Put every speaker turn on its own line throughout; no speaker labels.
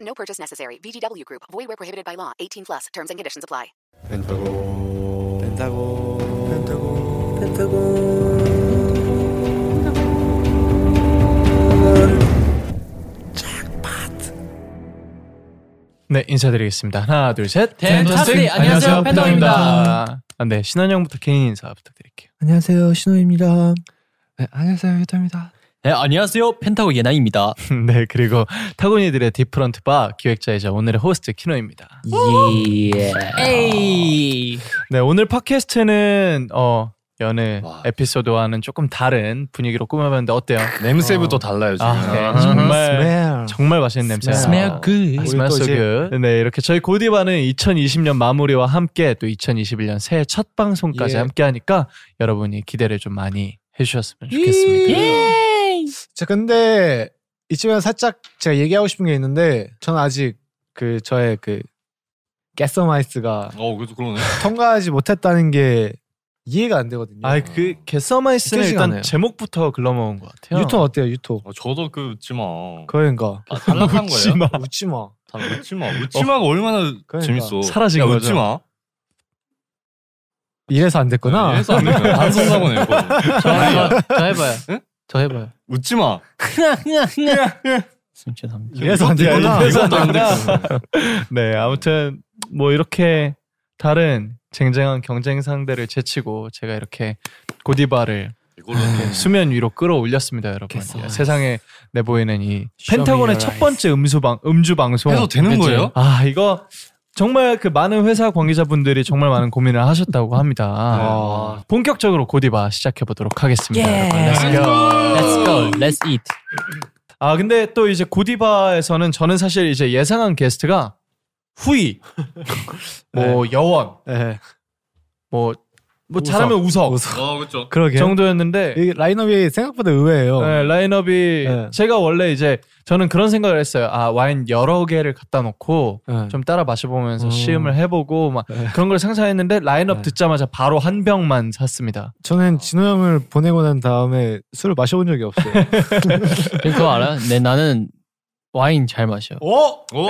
No purchase necessary. VGW Group. Void where prohibited by law. 18 plus. Terms and conditions apply.
펜타곤 펜타곤 펜타곤
네 인사드리겠습니다. 하나 둘셋
펜타스리! 네, 안녕하세요, 펜타곤입니다.
아, 네 신원영부터 개인 인사 부탁드릴게요.
안녕하세요 신호입니다
네 안녕하세요 유타입니다.
네, 안녕하세요. 펜타고 예나입니다.
네 그리고 타고니들의 디프런트 바 기획자이자 오늘의 호스트 키노입니다.
예. 에이.
네 오늘 팟캐스트는 어 여느
와.
에피소드와는 조금 다른 분위기로 꾸며봤는데 어때요? 냄새부터 달라요 지금. 아. 정말 정말 맛있는 냄새. 어.
Smell good.
스마일
또 이제-
소그. 네, 이렇게 저희 고디바는 2020년 마무리와 함께 또 2021년 새해 첫 방송까지
예.
함께 하니까 여러분이 기대를 좀 많이 해주셨으면
예.
좋겠습니다.
자, 근데 이쯤에서 살짝 제가 얘기하고 싶은 게 있는데 저는 아직 그 저의 그 게서마이스가
어, 그래도 그러네.
통과하지 못했다는 게 이해가 안 되거든요.
아, 그 개서마이스는
느껴지지가
일단
않아요.
제목부터 글러먹은 것 같아요.
유토 어때요, 유토?
어, 저도 그 웃지 마.
그러니까
아, 탈락한
웃지
거예요?
마. 어.
웃지 마.
다 웃지 마. 웃지 마가 얼마나
그러니까.
재밌어.
사라진
야,
거죠.
웃지 마.
이래서 안
네, 아.
됐구나.
그래서 안 되는 거야. 방송사고네요. 그거.
저 해봐요. 저 해봐요.
응?
저 해봐요.
웃지 마.
죄송합니다.
이래서 안
아,
됐구나.
이것도 안 돼.
네, 아무튼 뭐 이렇게 다른 쟁쟁한 경쟁 상대를 제치고 제가 이렇게 고디바를
이걸로
이렇게 수면 위로 끌어올렸습니다, 여러분. 예,
개서마이스.
세상에 내보이는 이
Show me
펜타곤의
your
첫
eyes.
번째 음수 방 음주 방송
해도 되는
그치?
거예요?
아 이거 정말 그 많은 회사 관계자분들이 정말 많은 고민을 하셨다고 합니다. 아, 본격적으로 고디바 시작해 보도록 하겠습니다.
예.
여러분. Let's go.
Let's go. Let's eat.
아 근데 또 이제 고디바에서는 저는 사실 이제 예상한 게스트가 후이, 뭐 여원,
네,
뭐. 뭐 잘하면 우석,
어, 그렇죠.
그러게.
정도였는데
이 라인업이 생각보다 의외예요.
네, 라인업이
어. 네.
제가 원래 이제 저는 그런 생각을 했어요. 아 와인 여러 개를 갖다 놓고
네.
좀 따라 마셔보면서
음.
시음을 해보고 막
네.
그런 걸 상상했는데 라인업
네.
듣자마자 바로 한 병만 샀습니다.
저는 진호 형을 보내고 난 다음에 술을 마셔본 적이 없어요.
그거 알아요? 네, 나는 와인 잘 마셔.
어?
오! 오!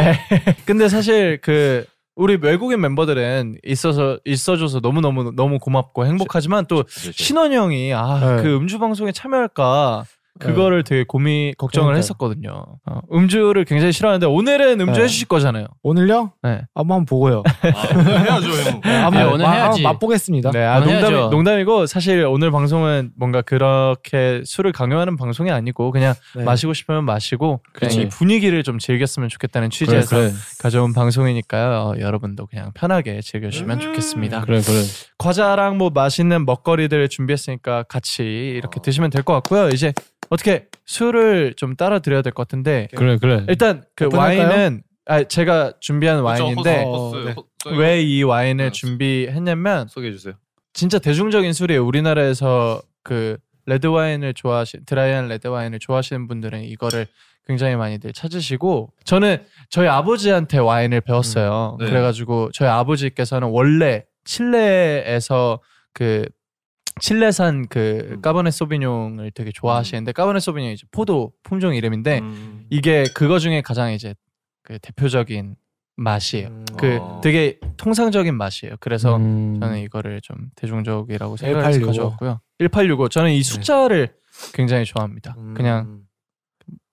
근데 사실 그 우리 외국인 멤버들은 있어서 있어줘서 너무 너무 너무 고맙고 행복하지만 또
네.
신원 형이 아
네.
그 음주 방송에 참여할까 그거를 되게 고민 걱정을
그러니까요.
했었거든요. 어, 음주를 굉장히 싫어하는데 오늘은 음주
네.
해주실 거잖아요.
오늘요?
네.
한번 보고요.
아, 오늘 해야죠, 형.
한번
네, 오늘
마-
해야지.
한번 맛보겠습니다.
네, 아,
그건
농담,
해야죠.
농담이고 사실 오늘 방송은 뭔가 그렇게 술을 강요하는 방송이 아니고 그냥
네. 그렇죠.
마시고 싶으면 마시고 그냥
그치.
이 분위기를 좀 즐겼으면 좋겠다는
그래,
취지에서
그래.
가져온 방송이니까요. 어, 여러분도 그냥 편하게
음.
즐겨주시면 좋겠습니다.
그래, 그래.
과자랑 뭐 맛있는 먹거리들 준비했으니까 같이
어.
이렇게 드시면 될 것 같고요. 이제 어떻게 술을 좀 따라 드려야 될 것 같은데
그래, 그래.
일단 그
오픈할까요?
와인은 아, 제가 준비한 와인인데 어,
호스,
네.
호스, 호스,
왜 이 와인을
네.
준비했냐면
소개해 주세요.
진짜 대중적인 술이에요. 우리나라에서 그 레드 와인을 좋아하시 드라이한 레드 와인을 좋아하시는 분들은 이거를 굉장히 많이들 찾으시고 저는 저희 아버지한테 와인을 배웠어요.
음. 네.
그래가지고 저희 아버지께서는 원래 칠레에서 그 칠레산 그
음.
까버네 소비뇽을 되게 좋아하시는데 까버네 소비뇽이 이제 포도 품종 이름인데
음.
이게 그거 중에 가장 이제 그 대표적인 맛이에요.
어.
그
아.
되게 통상적인 맛이에요. 그래서
음.
저는 이거를 좀 대중적이라고 생각해서
1865.
가져왔고요. 1865. 저는 이 숫자를 음. 굉장히 좋아합니다. 그냥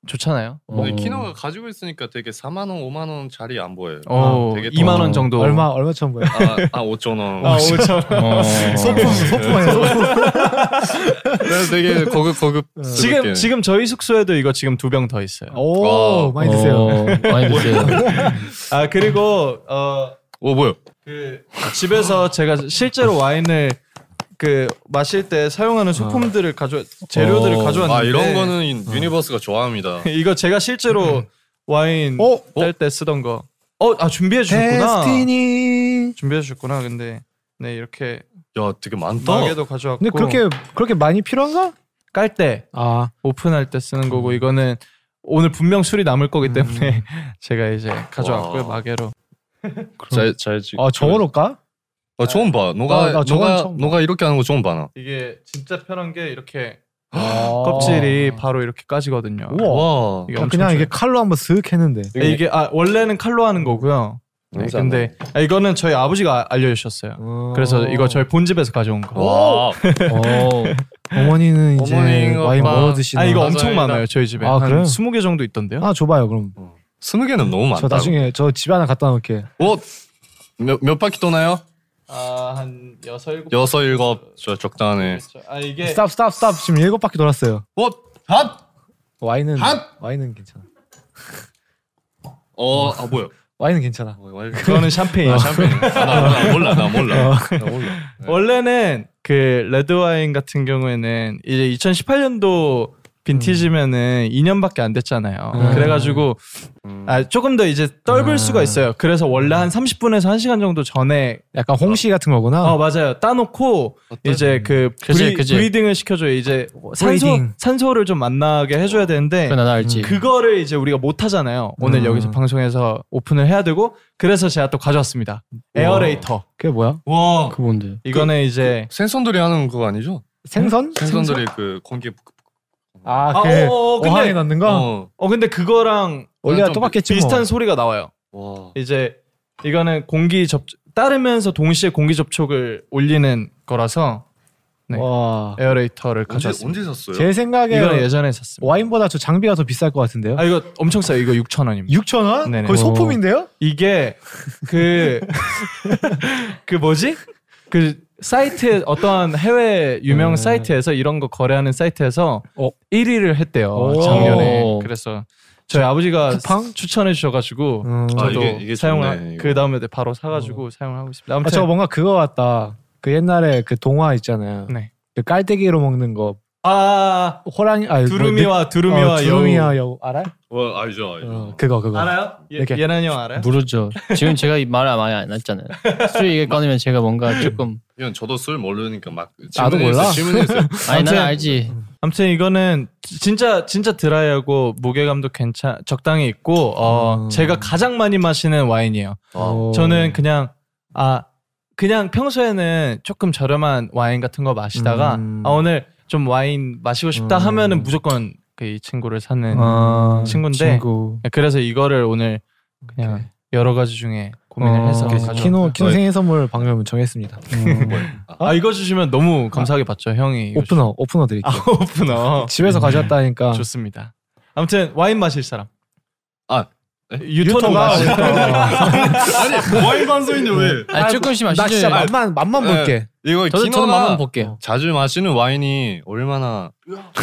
좋잖아요.
근데
어.
키노가 가지고 있으니까 되게 4만 원, 5만 원 자리 안 보여요.
어,
되게
2만 원 정도.
얼마 얼마 처음 보여?
아, 아 5천 원.
어.
소품 소품에 소품.
그래서 되게 거급 거급.
지금 지금 저희 숙소에도 이거 지금 두 병 더 있어요.
오
와.
많이 드세요.
어, 많이 드세요.
아 그리고 어,
오 뭐야?
그 집에서 제가 실제로 와인을 그 마실 때 사용하는 소품들을 가져 재료들을
어.
가져왔는데
아 이런 거는 유니버스가 좋아합니다.
이거 제가 실제로 와인
어?
뗄 때 쓰던 거. 어, 아 준비해 주셨구나. 준비해 주셨구나. 근데 네 이렇게
야 되게 많다.
마개도 가져왔고.
근데 그렇게 그렇게 많이 필요한가?
어. 깔 때
아
오픈할 때 쓰는 거고 이거는 오늘 분명 술이 남을 거기 때문에 제가 이제 가져왔고요
와.
마개로.
잘잘 지.
아, 저거로까?
아 처음 봐.
아,
너가
나 저건
너가
처음 봐.
너가 이렇게 하는 거 처음 봐 나.
이게 진짜 편한 게 이렇게
껍질이
껍질이 바로 이렇게 까지거든요.
우와.
와.
이게
그냥,
엄청
그냥 이게
좋아요.
칼로 한번 슥 했는데
네, 이게 아 원래는 칼로 하는 거고요. 네,
냄새 안
근데 아, 이거는 저희 아버지가 아- 알려주셨어요. 그래서 이거 저희 본집에서 가져온 거.
와.
어머니는 이제
어머니,
와인
오빠.
멀어 드시는
아 이거
맞아요.
엄청 많아요 아, 저희 집에
아,
한
그래요?
20개 정도 있던데요.
하나 줘봐요 그럼
스무 개는 너무 많다. 어?
저 나중에 저 집에 하나 갖다 놓을게
몇몇 바퀴 도나요?
아한 여섯 일곱.
여섯 일곱 저 적당해.
아 이게
스탑 스탑 스탑 지금 일곱 바퀴 돌았어요
어? 핫?
와인은
핫!
와인은 괜찮아
어, 아 뭐야?
와인은 괜찮아
그거는 샴페인.
아, 샴페인. 아, 나, 나 몰라, 나
어.
몰라. 나 몰라. 네.
원래는 그 레드 와인 같은 경우에는 이제 2018년도 빈티지면은 2년밖에 안 됐잖아요. 그래가지고 아, 조금 더 이제 떫을 수가 있어요. 그래서 원래 한 30분에서 1시간 정도 전에
약간 홍시 같은 거구나
어 맞아요 따놓고 이제 그
그지,
브리,
그지.
브리딩을 시켜줘요. 이제 산소
브리딩.
산소를 좀 만나게 해줘야 되는데
그나
음.
알지.
그거를 이제 우리가 못 하잖아요. 오늘
예. 음.
여기서 방송에서 오픈을 해야 되고 그래서 제가 또 가져왔습니다. 에어레이터.
그게 뭐야?
와.
그 뭔데?
이거는 이제
생선들이 하는 그거 아니죠?
생선?
생선들이 그 공기
아,
아,
그
어, 어, 근데-
어항에 넣는 거?
어.
어 근데 그거랑
원래가
좀
똑같겠지 뭐
비슷한 소리가 나와요.
와.
이제 이거는 공기 접 따르면서 동시에 공기 접촉을 올리는 거라서 네.
와.
에어레이터를
언제
가져왔습니다.
언제 샀어요?
제 생각에
이거는 예전에 샀습니다.
와인보다 저 장비가 더 비쌀 것 같은데요?
아 이거 엄청 싸요. 이거 6천 원입니다.
6천 원?
네네.
거의 소품인데요?
이게 그 그 뭐지? 그 사이트 어떤 해외 유명
음.
사이트에서 이런 거 거래하는 사이트에서 1위를 했대요
어? 오. 어.
작년에. 그래서 저희 아버지가
쿠팡?
추천해 주셔가지고
음.
아,
저도
이게- 이게 좋네,
사용을
이거.
그 다음에 바로 사가지고 사용을 하고 있습니다.
아,
아무튼
저거 뭔가 그거 같다. 그 옛날에 그 동화 있잖아요.
네.
그 깔때기로 먹는 거.
아
호랑이, 아
두루미와 두루미와
어, 두루미와 여우. 알아?
와, 알죠, 알죠.
어, 그거, 그거.
여우 알아요? 예,
이렇게.
예난 형 알아요?
모르죠. 지금 제가 이 말을 많이 안 했잖아요. 술 얘기 꺼내면 제가 뭔가 조금
이건 저도 술 모르니까 막 질문이
나도 몰라.
있어요, 질문이 있어요.
아니 나는 알지.
아무튼 이거는 진짜 진짜 드라이하고 무게감도 괜찮 적당히 있고 어,
음.
제가 가장 많이 마시는 와인이에요.
어.
저는 그냥 아 그냥 평소에는 조금 저렴한 와인 같은 거 마시다가
음.
아, 오늘 좀 와인 마시고 싶다
음.
하면은 무조건 그 이 친구를 사는
아,
친구인데
친구.
그래서 이거를 오늘 그냥 여러 가지 중에 고민을
어,
해서 가져.
키노 키노 생일 선물 방금 정했습니다. 음.
아 이거 주시면 너무 감사하게 받죠 형이. 이거 주-
오프너 오프너 드릴게요.
아 오프너. 음,
집에서 가져왔다니까.
좋습니다. 아무튼 와인 마실 사람.
아,
유토는 마실
아니, 와인 반소인데 왜?
아니 조금씩
나
마시죠.
진짜 맛만 맛만
네.
볼게.
이거
저도 저는
기노나
맛만 볼게요.
자주 마시는 와인이 얼마나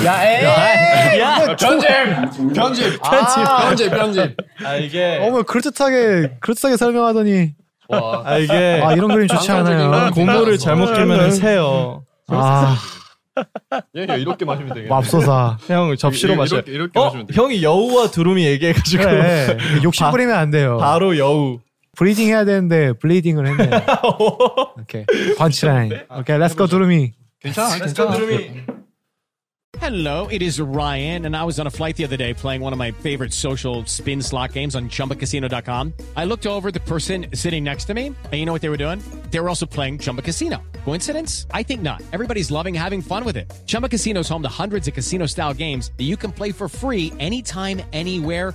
야, 에이.
편집! 편집! 편집! 편집!
아 이게
어머 그럴듯하게 그럴듯하게 설명하더니
와.
아 이게
아 이런 그림 좋지 않아요.
공모를 잘못 들면 새요.
아
얘 이렇게 마시면
뭐
되겠네.
맙소사.
형 접시로
이- 이-
마셔.
이렇게- 이렇게
어
마시면 돼요.
형이 여우와 두루미 얘기해가지고
네.
그래 욕심 부리면 안 돼요.
바로 여우.
브리딩 해야 되는데 블레이딩을 했네. 오케이
네?
관치라인. 오케이 렛츠고 두루미.
괜찮아, 괜찮아.
두루미.
Hello, it is Ryan, and I was on a flight the other day playing one of my favorite social spin slot games on chumbacasino.com. I looked over at the person sitting next to me, and you know what they were doing? They were also playing Chumba Casino. Coincidence? I think not. Everybody's loving having fun with it. Chumba Casino is home to hundreds of casino style games that you can play for free anytime, anywhere,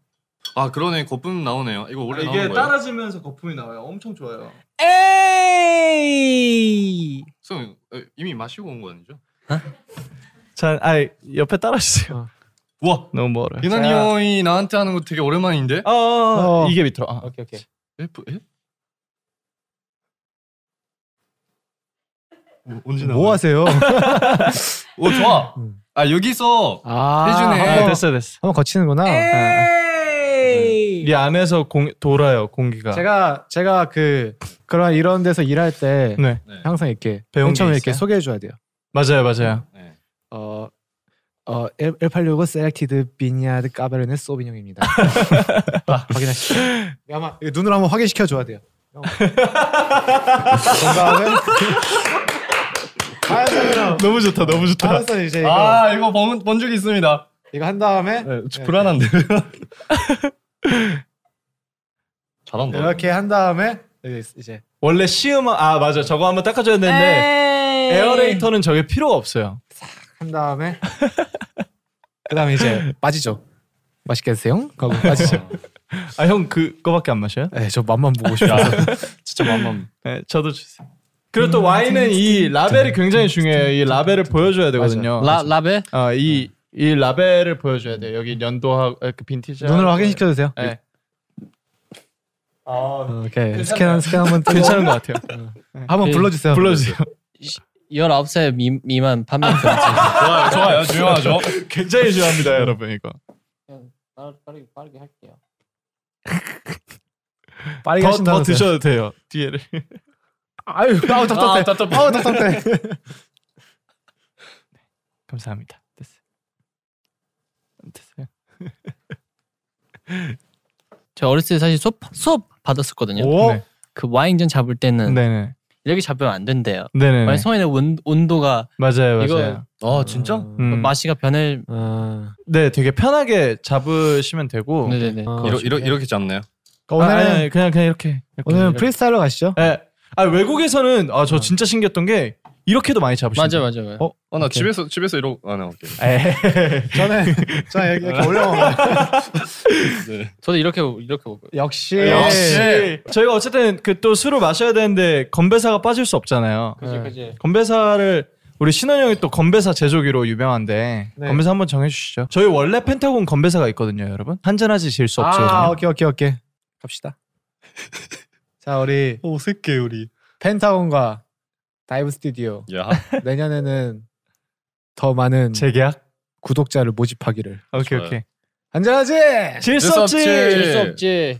아,
아 그러네 거품 나오네요. 이거 원래
이게
나오는 거예요?
따라지면서 거품이 나와요. 엄청 좋아요.
에이. 선 어, 이미 마시고 온 거 아니죠?
자, 아 옆에 따라주세요.
와
너무 멀어.
이난이 어. 형이 나한테 하는 거 되게 오랜만인데.
어, 어, 어. 이게 밑으로. 아.
오케이 오케이. F 에? 뭐,
네.
언제 나와?
뭐 하세요?
오 좋아. 아 여기서 해주네.
한번 아, 됐어 됐어.
한번 거치는구나.
네.
아,
이 안에서 공 돌아요 공기가.
제가 제가 그 그런 이런 데서 일할 때
네.
항상 이렇게
배운
맨 처음에
게
이렇게
있어요?
소개해 줘야 돼요.
맞아요 맞아요.
네.
어, 어, 1865 셀렉티드 비니아드 까베르네 소비뇽입니다. 아, 확인하시죠. 아마 이거 눈으로 한번 확인시켜 줘야 돼요. 그 건강은 아.
너무 좋다 너무 좋다.
알았어, 이제 이거.
아 이거 본본적 있습니다.
이거 한 다음에
네, 좀 불안한데. 잘한다.
이렇게 한 다음에 여기 이제
원래 시음은 아 맞아 저거 한번 닦아줘야 되는데 에어레이터는 저게 필요가 없어요.
한 다음에 그다음에 이제 빠지죠. 맛있게 드세요. 하고 빠지죠.
아 형 그거밖에 안 마셔요?
네, 저 맛만 보고 싶어서
진짜 맛만. 네, 저도 주세요. 그리고
음,
또 와인은 이 라벨이 굉장히 중요해요. 이 라벨을 보여줘야 되거든요.
라 라벨?
아, 이, 이 라벨을 보여줘야 돼요. 여기 연도하고 이렇게 빈티지.
눈으로 확인시켜 주세요.
네.
아, 오케이. 스캔 스캔 한번 뜨고.
괜찮은 것 같아요.
한번 음. 예, 불러주세요.
불러주세요.
19살 미, 미만 판매 금지.
좋아요, 좋아요, 중요하죠.
굉장히 중요합니다, 여러분 이거.
빠르게 빠르게 할게요.
빠르게
더, 더
하신다면서요.
드셔도 돼요. 뒤에를.
아유, 아우 답답해.
아, 답답해.
아우 답답해.
감사합니다. 됐어요. 됐어요.
저 어렸을 때 사실 수업 수업 받았었거든요.
오. 네.
그 와인잔 잡을 때는
네네.
이렇게 잡으면 안 된대요.
네네네. 네,
와인 성인의 온, 온도가
맞아요,
이거
맞아요.
아 진짜?
음.
맛이가 변할
아,
네, 되게 편하게 잡으시면 되고.
네네네.
아,
이러, 이러, 이렇게 잡나요?
오늘은
오늘은-
그냥 그냥 이렇게. 이렇게
오늘은
이렇게.
프리스타일로 가시죠.
네. 아 외국에서는 아 저 진짜 신기했던 게 이렇게도 많이 잡으시는. 예.
맞아 맞아 맞아.
어?
어나
오케이.
집에서 집에서 이러고 아나 네, 오케이.
저는 저는 이렇게, 이렇게 올려먹어요.
어.
네.
저도 이렇게 이렇게 먹어요.
역시. 네.
역시.
저희가 어쨌든 그 또 술을 마셔야 되는데 건배사가 빠질 수 없잖아요.
그지
네.
그지.
건배사를 우리 신원 형이 또 건배사 제조기로 유명한데
네.
건배사 한번 정해주시죠. 저희 원래 펜타곤 건배사가 있거든요, 여러분. 한잔하지 질 수 없죠.
아 오케이 오케이 오케이 갑시다. 자 우리
어색해 우리.
펜타곤과 다이브 스튜디오
야.
내년에는 더 많은
재계약.
구독자를 모집하기를
오케이
좋아요.
오케이.
한잔하지.
질 수
수
없지.
없지.
수 없지.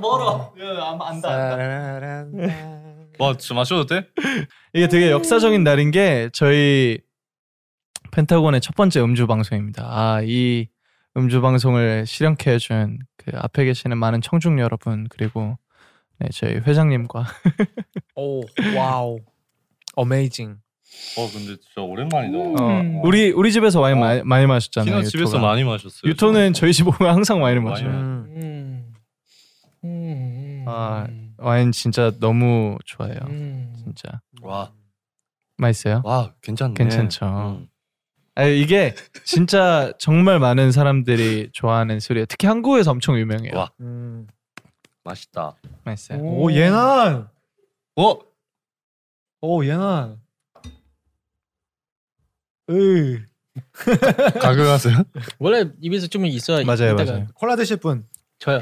멀어. 안다
따라란.
와 진짜 마셔도 돼?
이게 되게 역사적인 날인 게 저희 펜타곤의 첫 번째 음주 방송입니다. 아, 이 음주 방송을 실현케 해준 그 앞에 계시는 많은 청중 여러분 그리고 네, 저희 회장님과
오 와우. 어메이징.
어 근데 진짜 오랜만이다.
어,
음.
우리 우리 집에서 와인 많이, 많이 마셨잖아요.
어. 키노 집에서
유토가.
많이 마셨어요.
유토는 저희 집 오면 항상 와인을
많이
마셔요.
음.
음. 음.
아, 와인 진짜 너무 좋아해요.
음.
진짜
와와
맛있어요.
괜찮네.
괜찮죠.
음.
아, 이게 진짜 정말 많은 사람들이 좋아하는 술이에요. 특히 한국에서 엄청 유명해요.
와.
음.
맛있다.
맛있어요.
오 예난.
어
오 예난. 으.
가격하세요?
원래 입에서 좀 있어야
맞아요,
네, 이따가-
맞아요.
콜라 드실 분.
저요.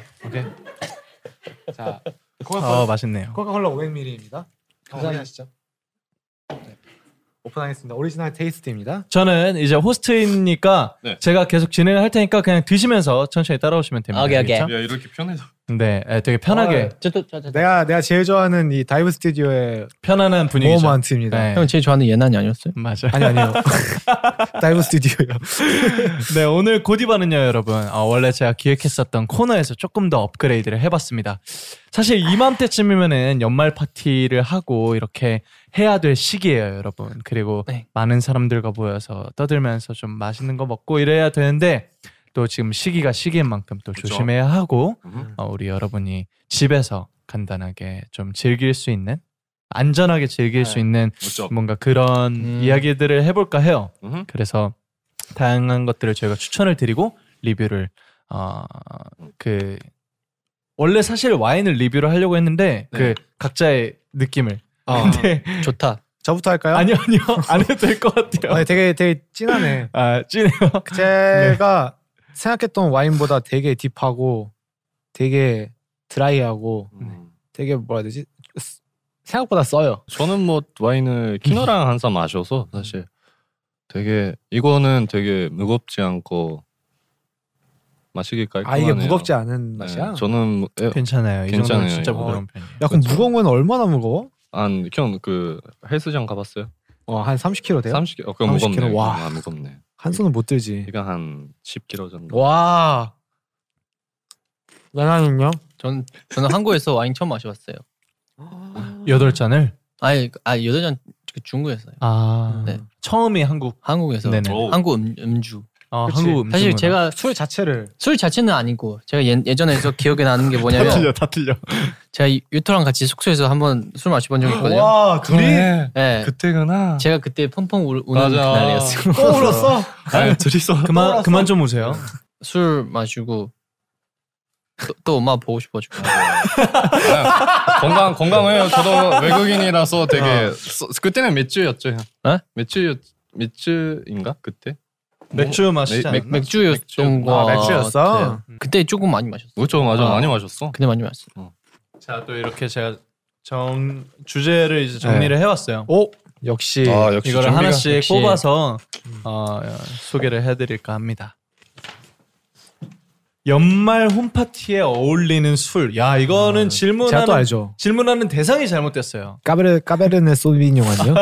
자,
아
코카콜라,
맛있네요.
코카콜라 500ml입니다. 감사하시죠. 네. 오픈하겠습니다. 오리지널 테이스트입니다.
저는 이제 호스트이니까
네.
제가 계속 진행을 할 테니까 그냥 드시면서 천천히 따라오시면 됩니다.
오케이, 오케이.
알겠죠?
야 이렇게 편해서.
네, 네, 되게 편하게
저도 저, 저, 저.
내가 내가 제일 좋아하는 이 다이브 스튜디오의
편안한 분위기죠.
모먼트입니다.
네.
형 제일 좋아하는 예난이 아니었어요?
맞아.
아니 아니요. 다이브 스튜디오요.
네, 오늘 고디바는요, 여러분. 어, 원래 제가 기획했었던 코너에서 조금 더 업그레이드를 해봤습니다. 사실 이맘때쯤이면은 연말 파티를 하고 이렇게 해야 될 시기예요, 여러분. 그리고
네.
많은 사람들과 모여서 떠들면서 좀 맛있는 거 먹고 이래야 되는데 또 지금 시기가 시기인 만큼 또
그쵸.
조심해야 하고
음.
어, 우리 여러분이 집에서 간단하게 좀 즐길 수 있는 안전하게 즐길
네.
수 있는
어.
뭔가 그런
음.
이야기들을 해볼까 해요.
음.
그래서 다양한 것들을 저희가 추천을 드리고 리뷰를 어, 어그 원래 사실 와인을 리뷰를 하려고 했는데
네.
그 각자의 느낌을
아.
음.
근데 좋다.
저부터 할까요?
아니요 아니요 안 해도 될 것 같아요.
아, 되게 되게 진하네.
아 찐해요. 네.
제가 생각했던 와인보다 되게 딥하고 되게 드라이하고
음.
되게 뭐라 해야 되지? 쓰- 생각보다 써요.
음. 저는 뭐 와인을 키노랑 한 잔 마셔서 사실 되게 이거는 되게 무겁지 않고 마시기
아
깔끔하네요.
이게 무겁지 않은
네,
맛이야? 그
저는 뭐- 예,
괜찮아요. 이 정도는
괜찮아요,
진짜
이거.
부드러운 편이에요.
야
그렇죠.
그럼 무거운 건 얼마나 무거워?
안, 형그 헬스장 가봤어요?
어, 한 30kg 돼요?
30kg. 어, 그럼 무겁네.
30kg. 와.
아, 무겁네.
한 손은 못 들지.
이거 한 10kg 정도.
와. 나나는요?
전 저는 한국에서 와인 처음 마셔봤어요.
여덟 잔을
아니 아 여덟 잔 중국에서요.
아 처음이 한국
한국에서
네네.
한국 음, 음주.
아, 한국 음주
사실
문화.
제가
술 자체를
술 자체는 아니고 제가 예, 예전에서 기억에 나는 게 뭐냐면
다 틀려 다 틀려.
제가 유- 유토랑 같이 숙소에서 한번 술 마셔본 적이 있거든요.
와, 둘이?
그래.
네.
그때구나.
제가 그때 펑펑 울, 우는
맞아.
그날이었어요.
또 울었어? 아니, 네, 둘이서. 또 울었어?
좀 오세요.
술 마시고 또, 또 엄마 보고 싶어지고. 아,
건강 건강해요. 저도 뭐 외국인이라서
아.
되게 소- 그때는 맥주였죠. 형. 맥주 맥주인가 그때?
네. 맥주
뭐,
마시지
맥-
않았나?
맥-
맥주였던
아,
거.
맥주였어?
같아요. 그때 조금 많이 마셨어.
그렇죠, 맞아,
아.
많이 마셨어.
그때 많이 마셨어.
네. 자 또 이렇게 제가 정 주제를 이제 정리를
네.
해왔어요.
오 역시
아, 역시 이거를
준비가-
하나씩
역시.
뽑아서 어, 소개를 해드릴까 합니다. 연말 홈파티에 어울리는 술. 야
제가
이거는 질문하는
또 알죠.
질문하는 대상이 잘못됐어요.
까베르 까베르네 소비뇽 아니요?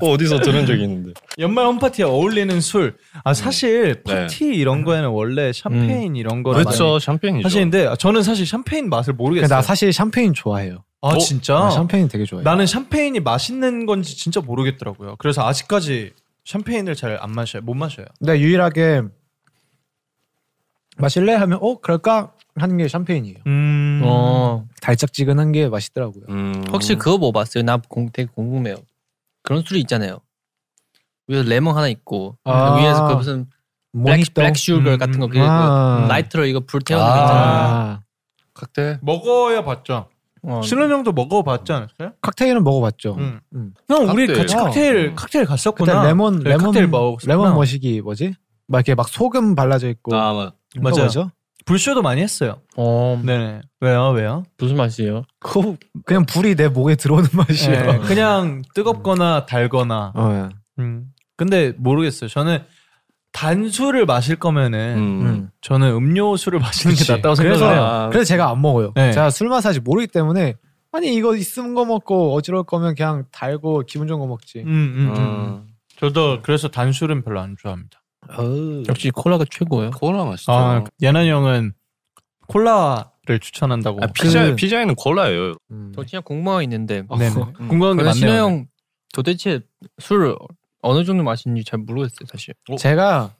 그
어디서 들은 적이 있는데.
연말 홈파티에 어울리는 술. 아 사실 파티 이런 거에는 원래 샴페인 이런 거를
그렇죠,
많이
샴페인이죠.
사실인데 저는 사실 샴페인 맛을 모르겠어요.
나 사실 샴페인 좋아해요.
아
어?
진짜? 네.
나 샴페인 되게 좋아해요.
나는 샴페인이 맛있는 건지 진짜 모르겠더라고요. 그래서 아직까지 샴페인을 잘 안 마셔요. 못 마셔요.
근데 유일하게 마실래 하면 어 그럴까 하는 게 샴페인이에요.
음.
어.
달짝지근한 게 맛있더라고요.
음.
혹시 그거 먹어봤어요? 나 공, 되게 궁금해요. 그런 술이 있잖아요. 위에서 레몬 하나 있고
아.
위에서 그 무슨 블랙,
모히또?
블랙 슈거
음,
같은 거
음.
그고
아.
라이트로 이거 불 태우는 거
아.
있잖아요.
칵테일
먹어야 봤죠. 신은 형도 먹어봤지 않았어요?
칵테일은 먹어봤죠.
응.
음.
형 우리 같이 칵테일
어. 그때
칵테일 갔었구나.
레몬
그래,
레몬
칵테일 먹었구나.
레몬 머시기 뭐지? 막 이렇게 막 소금 발라져 있고.
아 맞아.
맞아요.
죠
불쇼도 많이 했어요. 음. 네네. 왜요 왜요?
무슨 맛이에요?
그 그냥 불이 내 목에 들어오는 맛이에요.
네, 그냥 뜨겁거나 달거나.
어, 예.
음. 근데 모르겠어요. 저는 단술을 마실
네.
거면은
음.
저는 음료수를 마시는 게 낫다고
그래서
생각을 해요.
그래서 제가 안 먹어요.
아, 네.
제가 술 맛을 아직 모르기 때문에 아니 이거 있은 거 먹고 어지러울 거면 그냥 달고 기분 좋은 거 먹지.
음, 음, 음.
아.
저도 그래서 단술은 별로 안 좋아합니다.
역시 콜라가 최고예요.
콜라 맛있죠.
아, 예난 형은 콜라를 추천한다고.
피자
그-
피자에는 콜라예요.
음.
저 진짜 궁금한 게 있는데.
네네.
음.
궁금한 게
저는 신호
많네요.
형 도대체 술 어느 정도 마시는지 잘 모르겠어요 사실.
제가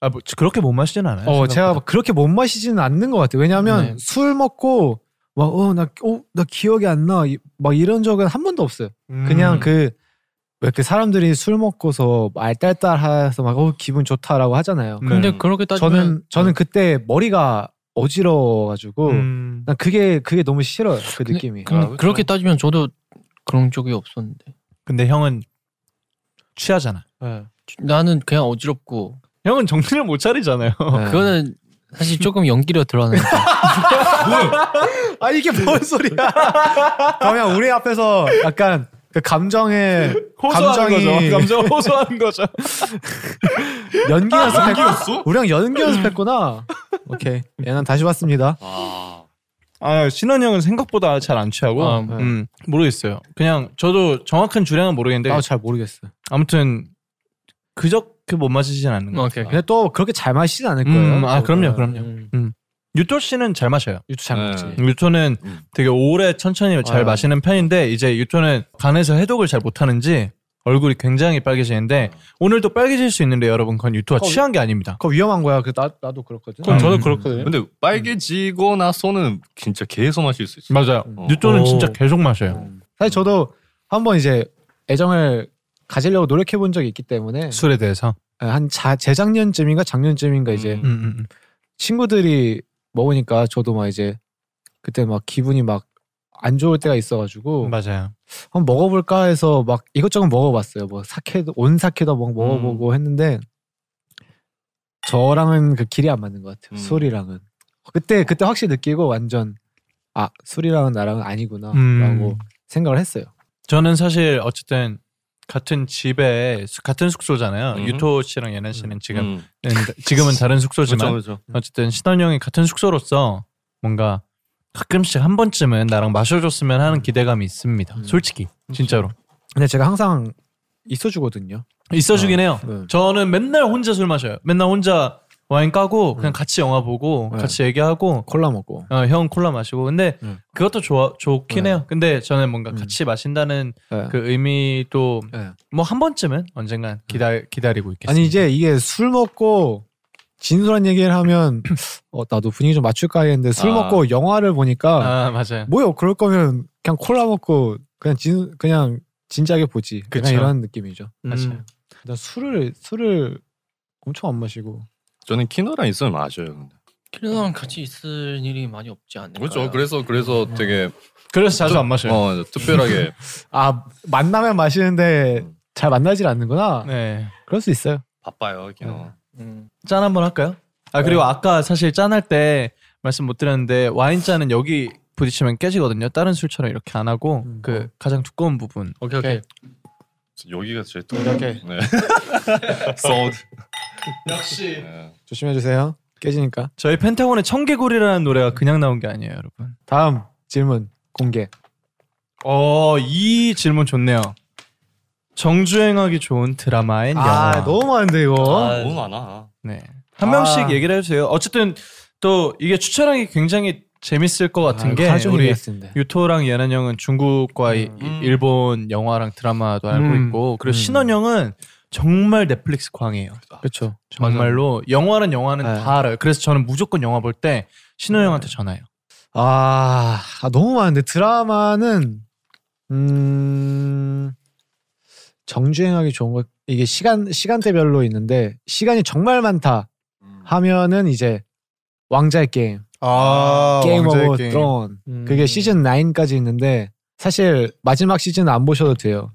아, 뭐, 그렇게 못 마시진 않아요.
어
네, 생각보다.
제가 막 그렇게 못 마시지는 않는 것 같아요. 왜냐하면
네.
술 먹고 막어나어나 기억이 안나막 이런 적은 한 번도 없어요. 그냥
음.
그 왜 그 사람들이 술 먹고서 알딸딸해서 막 어 기분 좋다라고 하잖아요.
네.
근데 그렇게 따지면 어, 아,
저는 저는 그때 머리가 어지러워가지고
음.
난 그게 그게 너무 싫어요 그 느낌이.
근데 그렇게 따지면 저도 그런 적이 없었는데.
근데 형은 취하잖아.
나는 그냥 어지럽고 네.
형은 정신을 못 차리잖아요.
어. 그거는 사실 조금 연기로 드러나는
아 이게 뭔 소리야? 그냥 우리 앞에서 약간 그 감정의
호소하는
감정이
거죠. 감정 호소하는 거죠.
연기 연습했어? 우리랑 연기 연습했구나. 오케이. 얘는 다시 왔습니다.
아 신원 형은 생각보다 잘 안 취하고
아, 네. 아,
음, 모르겠어요. 그냥 저도 정확한 주량은 모르겠는데
나도 잘 모르겠어.
아무튼 그저께 못 마시진
음,
않는
어.
것 같아요.
예, 근데 또 그렇게 잘 마시진 않을 거예요. 어,
음, 아 그럼요, 그럼요. 음. 유토 씨는 잘 마셔요.
유토 잘 먹지.
유토는 되게 오래 천천히 잘
아.
마시는 편인데 이제 유토는 간에서 해독을 잘 못하는지 얼굴이 굉장히 빨개지는데 오늘도 빨개질 수 있는데 여러분 그건 유토가
어,
취한 게 아닙니다.
그거 위험한 거야. 그 나, 나도 그렇거든.
그건 저도 그렇거든요.
음.
음.
근데 빨개지고 나서는 진짜 계속 마실 수 있어. 어.
어.
맞아요. 유토는 진짜 계속 마셔요.
사실 저도 한번 이제 애정을 가지려고 노력해 본 적이 있기 때문에 예,
술에 대해서
한 자, 재작년쯤인가 작년쯤인가 이제
음.
친구들이 먹으니까 저도 막 이제 그때 막 기분이 막 안 좋을 때가 있어가지고
맞아요.
한번 먹어볼까 해서 막 이것저것 먹어봤어요. 뭐 사케도 온 사케도
음.
막 먹어보고 했는데 저랑은 그 길이 안 맞는 것
음.
같아요. 술이랑은
어.
그때 그때 확실히 느끼고 완전 아 술이랑은 나랑은 아니구나라고
음.
생각을 했어요.
저는 사실 어쨌든 같은 집에 수- 같은 숙소잖아요.
음.
유토 씨랑 예나 씨는 지금
음. 그렇죠,
지금은 다른 숙소지만
그렇죠,
그죠, 그죠.
어쨌든 신원 형이 같은 숙소로서 뭔가 가끔씩 한 번쯤은 나랑 마셔줬으면 하는 기대감이 있습니다.
음.
솔직히 진짜로
근데 제가 항상 있어주거든요.
있어주긴 해요.
네.
저는 맨날 혼자 술 마셔요. 맨날 혼자 와인
음.
까고 그냥 같이 영화 보고
네.
같이 얘기하고
콜라 먹고
어, 형 콜라 마시고 근데
네.
그것도 좋아 좋긴 해요. 근데 저는
음.
뭔가 같이 마신다는
예. 네.
그 의미도 뭐 한 번쯤은 언젠간 기다 기다리고 있겠습니다.
아니 이제 이게 술 먹고 진솔한 얘기를 하면 어, 나도 분위기 좀 맞출까 했는데 술
아.
먹고 영화를 보니까
아 맞아요.
뭐요 그럴 거면 그냥 콜라 먹고 그냥 진 그냥 진지하게 보지 그냥
그쵸.
이런 느낌이죠.
음.
맞아요.
나 술을 술을 엄청 안 마시고
저는 키노랑 있으면 마셔요. 근데.
킬러랑 같이 있을 일이 많이 없지 않나요?
그렇죠. 그래서 그래서 되게
그래서 자주
특-
안 마셔요.
어, 특별하게
아 만나면 마시는데 잘 만나질 않는구나.
네.
그럴 수 있어요.
바빠요 키노.
음.
짠 한번 할까요? 아 그리고 아까 사실 짠 할 때 말씀 못 드렸는데 와인 잔은 여기 부딪히면 깨지거든요. 다른 술처럼 이렇게 안 하고 그 가장 두꺼운 부분.
오케이 오케이.
여기가 제일
이렇게.
네. 소드.
역시.
네.
조심해 주세요. 깨지니까.
저희 펜타곤의 청개구리라는 노래가 그냥 나온 게 아니에요, 여러분.
다음 질문 공개.
어, 이 질문 좋네요. 정주행하기 좋은 드라마인 영화.
아 너무 많은데 이거.
아,
어, 너무 많아.
네. 한
아.
명씩 얘기를 해주세요. 어쨌든 또 이게 추천하기 굉장히 재밌을 것 같은
아,
게
가족이
우리
됐는데.
유토랑 예난 형은 중국과 이- 일본 영화랑 드라마도 알고
음.
있고 그리고
음.
신원 형은 정말 넷플릭스 광이에요.
그렇죠.
정말로 영화는 영화는
네.
다 알아요. 그래서 저는 무조건 영화 볼 때 신원 형한테 전화해요.
아, 아, 너무 많은데 드라마는 음 정주행하기 좋은 거 이게 시간 시간대별로 있는데 시간이 정말 많다
음.
하면은 이제 왕자의 게임
아,
게임
왕자의
오브
게임.
드론 그게 시즌 9까지 있는데 사실 마지막 시즌 안 보셔도 돼요.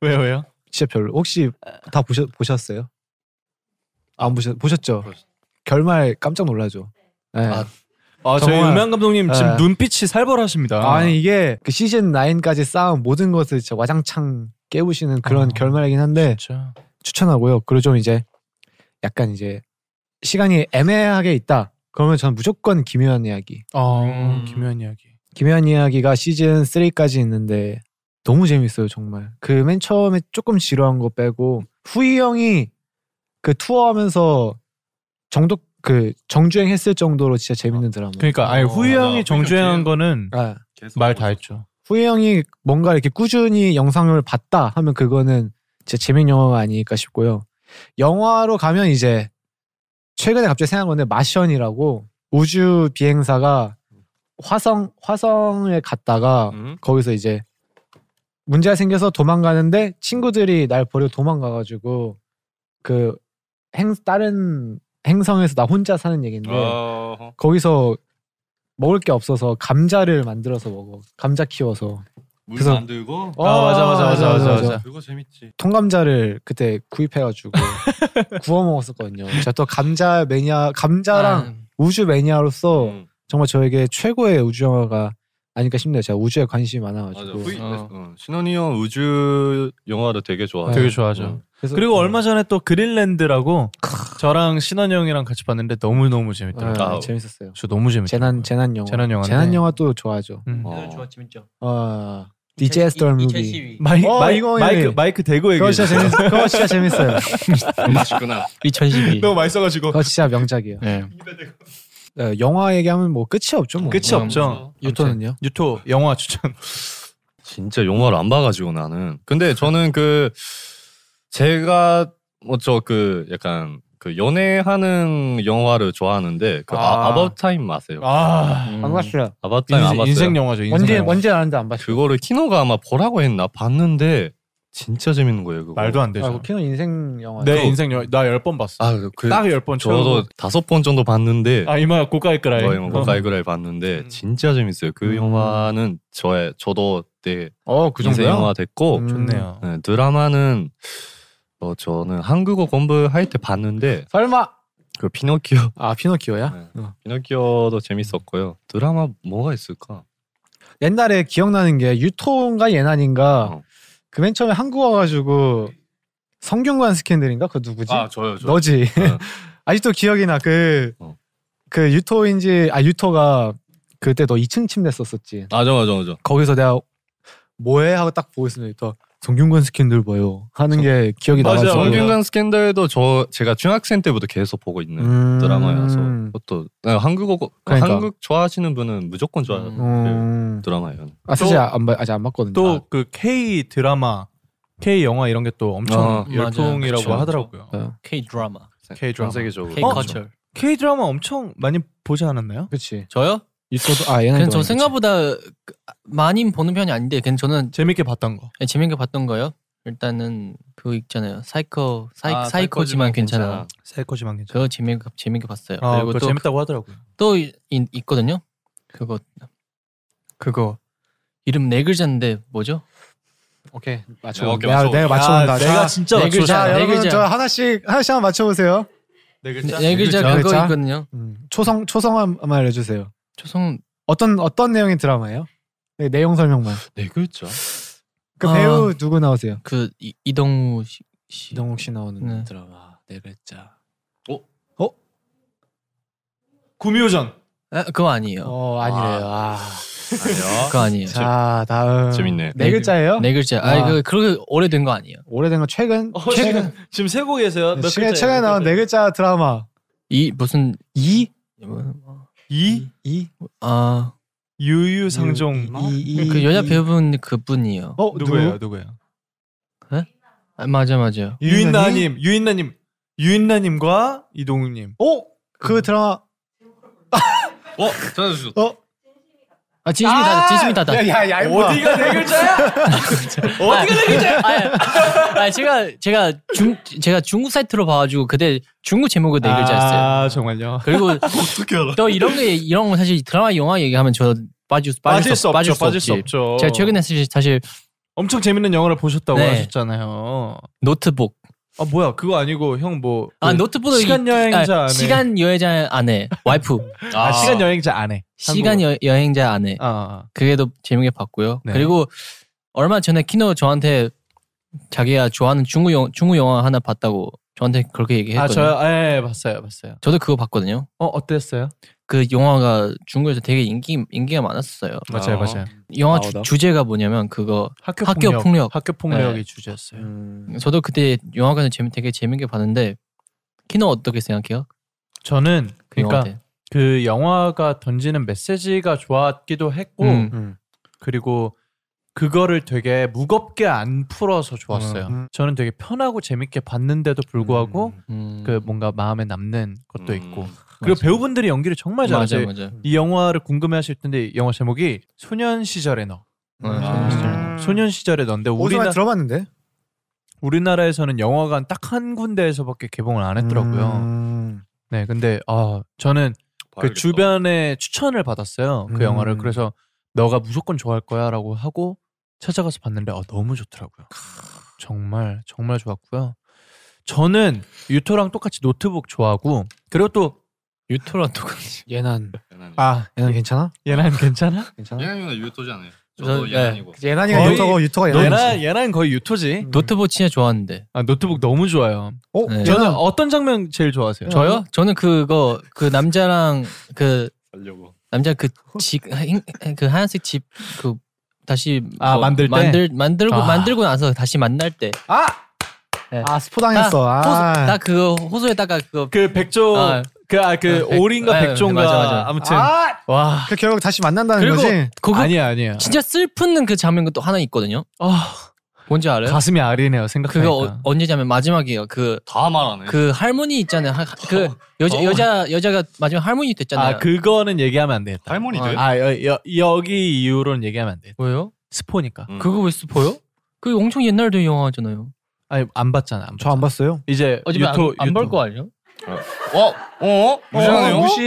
왜요 왜요?
진짜 별로. 혹시 다 보셨 보셨어요? 안 보셨 보셨죠? 결말 깜짝 놀라죠. 네.
아 저희
정말.
음향 감독님 지금
네.
눈빛이 살벌하십니다.
아니 이게 그 시즌 9까지 쌓은 모든 것을 진짜 와장창 깨부시는
아.
그런 결말이긴 한데 추천하고요. 그리고 좀 이제 약간 이제 시간이 애매하게 있다. 그러면 저는 무조건 기묘한 이야기.
아
음.
김현 이야기.
기묘한 이야기가 시즌 3까지 있는데 너무 재밌어요 정말. 그 맨 처음에 조금 지루한 거 빼고 후이 형이 그 투어하면서 정독 그 정주행 했을 정도로 진짜 재밌는 드라마. 아,
그러니까 아니 후이 형이 정주행한
그
거는 말 다 했죠.
후이 형이 뭔가 이렇게 꾸준히 영상을 봤다 하면 그거는 제 재밌는 영화가 아닐까 싶고요. 영화로 가면 이제 최근에 갑자기 생각난 건데 마션이라고 우주 비행사가 화성 화성에 갔다가
음.
거기서 이제 문제가 생겨서 도망가는데 친구들이 날 버리고 도망가가지고 그 행 다른 행성에서 나 혼자 사는 얘기인데
어.
거기서 먹을 게 없어서 감자를 만들어서 먹어. 감자 키워서.
물
그래서
만들고. 어,
아, 맞아, 맞아, 맞아, 맞아, 맞아.
그거 재밌지.
통감자를 그때 구입해가지고 구워 먹었었거든요. 제가 또 감자 매니아, 음. 감자랑 우주 매니아로서
음,
정말 저에게 최고의 우주 영화가 아닐까 싶네요. 제가 우주에 관심이
맞아.
많아가지고.
후이, 어, 신원이 형 우주 영화를 되게 음. 좋아해.
되게 좋아하죠.
그래서-
그리고 얼마 전에 또 그린랜드라고 저랑 신원 형이랑 같이 봤는데 너무 너무 재밌더라고요.
아, 재밌었어요.
저 너무 재밌.
재난 재난 영화.
재난 영화인데.
재난 영화 또 좋아하죠.
어,
오늘 좋아 재밌죠.
어. 디제스터 무비.
이천십이.
마이,
어,
마이,
이거
마이크
형님.
마이크 대고 얘기.
그거 진짜 재밌. 그거 진짜 재밌어요.
맛있구나.
2012.
너무 맛있어가지고.
그거 진짜 명작이에요.
네.
어, 영화 얘기하면 뭐 끝이 없죠. 뭐.
끝이 없죠.
유토는요?
유토 영화 추천.
진짜 영화를 안 봐가지고 나는. 근데 저는 그 제가 뭐 저 그 약간 그 연애하는 영화를 좋아하는데 그
아.
아, 바웃 타임 아세요?
아,
음,
안 봤어요.
아바웃 타임
인생-
안 봤어요.
인생 영화죠, 인생 언제- 영화. 언제 아는데 안 봤어요.
그거를 키노가 아마 보라고 했나 봤는데 진짜 재밌는 거예요. 그거.
말도 안
아, 뭐 키노 인생 영화.
내 인생 영화 나 열 번 봤어.
아, 그,
딱 열번
저도
채우고.
다섯 번 정도 봤는데
아 이마 고가이끄라이.
어, 이마 고가이그라이 봤는데 진짜 재밌어요. 그 영화는 저의 저도 되게
어, 그
인생
정도요?
영화 됐고
음. 좋네요.
네, 드라마는 뭐 저는 한국어 공부할 때 봤는데
설마
그 피노키오
아 피노키오야?
네. 피노키오도 재밌었고요. 드라마 뭐가 있을까?
옛날에 기억나는 게 유토인가 예난인가
어.
그 맨 처음에 한국 와가지고 성균관 스캔들인가 그 누구지?
아, 저요, 네. 어. 저요.
너지. 아직도 기억이 나. 그, 그 유토인지, 아, 유토가 그때 너 2층 침대 썼었지.
맞아 맞아 맞아.
거기서 내가 뭐해? 하고 딱 보고 있었는데 또 성균관 스캔들 봐요. 하는 게 기억이 나가지고.
성균관 스캔들도 저 제가 중학생 때부터 계속 보고 있는
음.
드라마여서 그것도 네, 한국어
그러니까.
한국 좋아하시는 분은 무조건 좋아하는
음.
그 드라마예요.
아, 사실 안, 봐- 아직 안 봤거든요.
또 그 K 드라마, K 영화 이런 게 또 엄청
어,
열풍이라고
맞아요.
하더라고요.
네. 어.
K 드라마.
어,
K 드라마.
전 세계적으로. K
어?
culture.
K 드라마 엄청 많이 보지 않았나요?
그렇지.
저요?
유토도 아
그냥 저 생각보다 그- 많이 보는 편이 아닌데, 그냥 저는
재밌게 봤던 거.
재밌게 봤던 거요. 일단은 그거 있잖아요. 사이코 사이,
아,
사이코지만
사이코지만
괜찮아.
괜찮아. 사이코지만 괜찮아.
그거 재밌게 재밌게 봤어요.
아, 그거 재밌다고 하더라고요.
또 이- 이- 있거든요. 그거 그거 이름 네 글자인데 뭐죠?
오케이
맞춰.
오케이, 내가- 맞춰. 내가 맞춰본다. 자, 네
네 글자.
글자.
네
여러분
글자.
저 하나씩 하나씩 한번 맞춰보세요.
네
글자? 네 글자 그거 있거든요.
음, 초성 초성 한번 알려주세요.
초성
어떤 어떤 내용의 드라마예요? 네, 내용 설명만.
네 글자.
그 배우 누구 나오세요?
그 이, 이동우 씨,
이동욱 씨 나오는
네.
드라마 네 글자.
구미호전.
아, 그거 아니에요.
어 아니래요. 아.
아니요.
그거 아니에요.
자 다음
재밌네.
네 글자예요?
네 글자.
아.
아, 그 그렇게 오래된 거 아니에요.
오래된 거 최근 최근
지금 지금 세고 계세요. 어, 몇
최근
글자예요?
최근에 나온 네 글자 드라마
이 무슨
이
이?
이?
아
유유상종.
그 여자 배우분 그분이요.
어
누구예요? 누구예요?
아, 맞아 맞아요.
유인나님, 유인나님, 유인나님과 이동욱님.
어그 드라마
어, 찾아주셨.
어?
아 진심이 다다. 진심이 다다.
네.
야야야
어디가 네 글자야? 어디가 네 글자야?
아, 아, 제가 제가 중 제가 중국 사이트로 봐가지고 그때 중국 제목을 네 글자였어요.
아 정말요.
그리고 또 이런 게 이런 거 사실 드라마 영화 얘기하면 저 빠질 수 빠질,
빠질 수 없죠,
빠질 수,
빠질 수
없지.
없죠.
제가 최근에 사실, 사실
엄청 재밌는 영화를 보셨다고
네.
하셨잖아요.
노트북.
아 뭐야 그거 아니고 형 뭐.
아
그
노트북
시간 여행자 안에.
시간 여행자 안에 와이프
아, 시간 여행자 안에. 아,
시간 여, 여행자 안에 그게도 재밌게 봤고요.
네.
그리고 얼마 전에 키노 저한테 자기가 좋아하는 중국 영 중국 영화 하나 봤다고 저한테 그렇게
아
얘기했거든요.
저요. 예 봤어요 봤어요.
저도 그거 봤거든요.
어 어땠어요?
그 영화가 중국에서 되게 인기 인기가 많았어요.
맞아요, 맞아요.
영화
아우다.
주, 제가 뭐냐면 그거
학교
학교
폭력.
폭력.
학교 폭력이 주제였어요.
네. 저도 그때 영화관에 재미 되게 재밌게 봤는데 키노 어떻게 생각해요?
저는
그 영화
그러니까
때.
그 영화가 던지는 메시지가 좋았기도 했고
음.
그리고 그거를 되게 무겁게 안 풀어서 좋았어요.
음.
저는 되게 편하고 재밌게 봤는데도 불구하고 그 뭔가 마음에 남는 것도 있고 그리고 배우분들이 연기를 정말
맞아요,
잘하세요.
맞아요.
이 영화를 궁금해하실 텐데 이 영화 제목이 소년 시절의 너.
어, 아.
소년 시절의 너. 소년 시절의 너인데
우리나
우리나
들어봤는데
우리나라에서는 영화관 딱 한 군데에서밖에 개봉을 안 했더라고요.
음.
네, 근데 아 저는 그
봐야겠다.
주변에 추천을 받았어요. 그
음.
영화를 그래서 너가 무조건 좋아할 거야라고 하고 찾아가서 봤는데 아 너무 좋더라고요. 정말 정말 좋았고요. 저는 유토랑 똑같이 노트북 좋아하고 그리고 또
유토랑 똑같이
예난
아
예난 괜찮아?
예난 괜찮아?
괜찮아?
예나이는 유토지 않아요.
저-
저도
네.
예나이고.
예난이가
거의-
유토고 유토가
예난
예난이지.
예난 거의 유토지.
노트북 진짜 좋아하는데.
아 노트북 너무 좋아요.
어
네.
저는
예난
어떤 장면 제일 좋아하세요?
저요? 저는 그거 그 남자랑 그
살려고.
남자 그 그집그 하얀색 집 그 다시 뭐
아, 만들 때?
만들 만들고
아.
만들고 나서 다시 만날 때.
아!
네.
아 스포 당했어.
나, 호수,
아.
나 그거 호수에다가 그거
그 백조
아.
그 아 그
아, 백-
오린가
아,
백종가
맞아, 맞아.
아무튼
아!
와
그 결국 다시 만난다는
그리고
거지.
그거
아니야 아니야.
진짜 슬픈 그 장면도 또 하나 있거든요.
아
뭔지 알아요?
가슴이 그러니까. 아리네요 생각하니까.
그거 어- 언제냐면 마지막이에요. 그 다 말하네. 그 할머니 있잖아요. 하- 그 여자
어.
여자 여자가 마지막 할머니 됐잖아요.
아 그거는 얘기하면 안 되겠다.
할머니들?
아 여, 여, 여기 이후로는 얘기하면 안 돼.
왜요?
스포니까.
그거 왜 스포요? 그 엄청 옛날 된 영화잖아요.
아니 안 봤잖아. 저 안
봤어요.
이제
어차피 안-
유토
안볼
유토.
거 아니에요?
어? 어?
무시하네요? 아,
무시?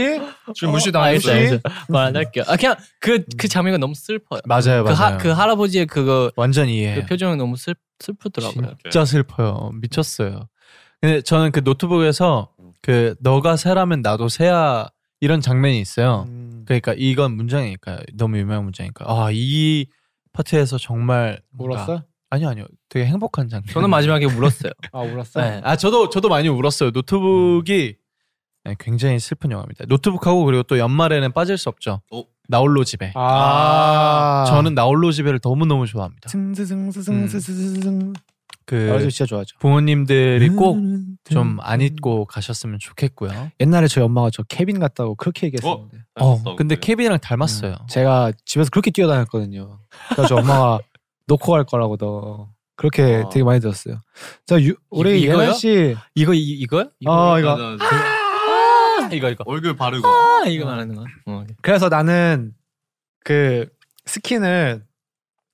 지금 무시당했어요. 말안 할게요. 아 그냥 그 그 장면이 너무 슬퍼요.
음. 맞아요,
그,
맞아요.
그 할아버지의 그거
완전 이해해요.
그 표정이 너무 슬 슬프더라고요.
진짜 슬퍼요. 미쳤어요. 근데 저는 그 노트북에서 그 너가 새라면 나도 새야 이런 장면이 있어요. 그러니까 이건 문장이니까 너무 유명한 문장이니까 아 이 파트에서 정말 뭔가-
울었어?
아니요 아니요 되게 행복한 장면.
저는 마지막에 울었어요.
아 울었어?
네. 아 저도 저도 많이 울었어요. 노트북이 네, 굉장히 슬픈 영화입니다. 노트북하고 그리고 또 연말에는 빠질 수 없죠. 나홀로 집에.
아.
저는 나홀로 집에를 너무 너무 좋아합니다.
승승승승승승승.
그
나홀로 집 진짜 좋아하죠.
부모님들이
음.
꼭 좀 안 잊고 가셨으면 좋겠고요.
옛날에 저희 엄마가 저 케빈 같다고 그렇게 얘기했었는데.
어, 근데 케빈이랑 닮았어요.
음, 제가 집에서 그렇게 뛰어다녔거든요. 그래서 엄마가 놓고 갈 거라고 너 그렇게
아.
되게 많이 들었어요. 자 유, 우리
이- 이거요?
예나 씨,
이거 이, 이거요?
네,
아, 이거.
아, 이거 이거
얼굴 바르고
아 이거 말하는 거. 어.
그래서 나는 그 스킨을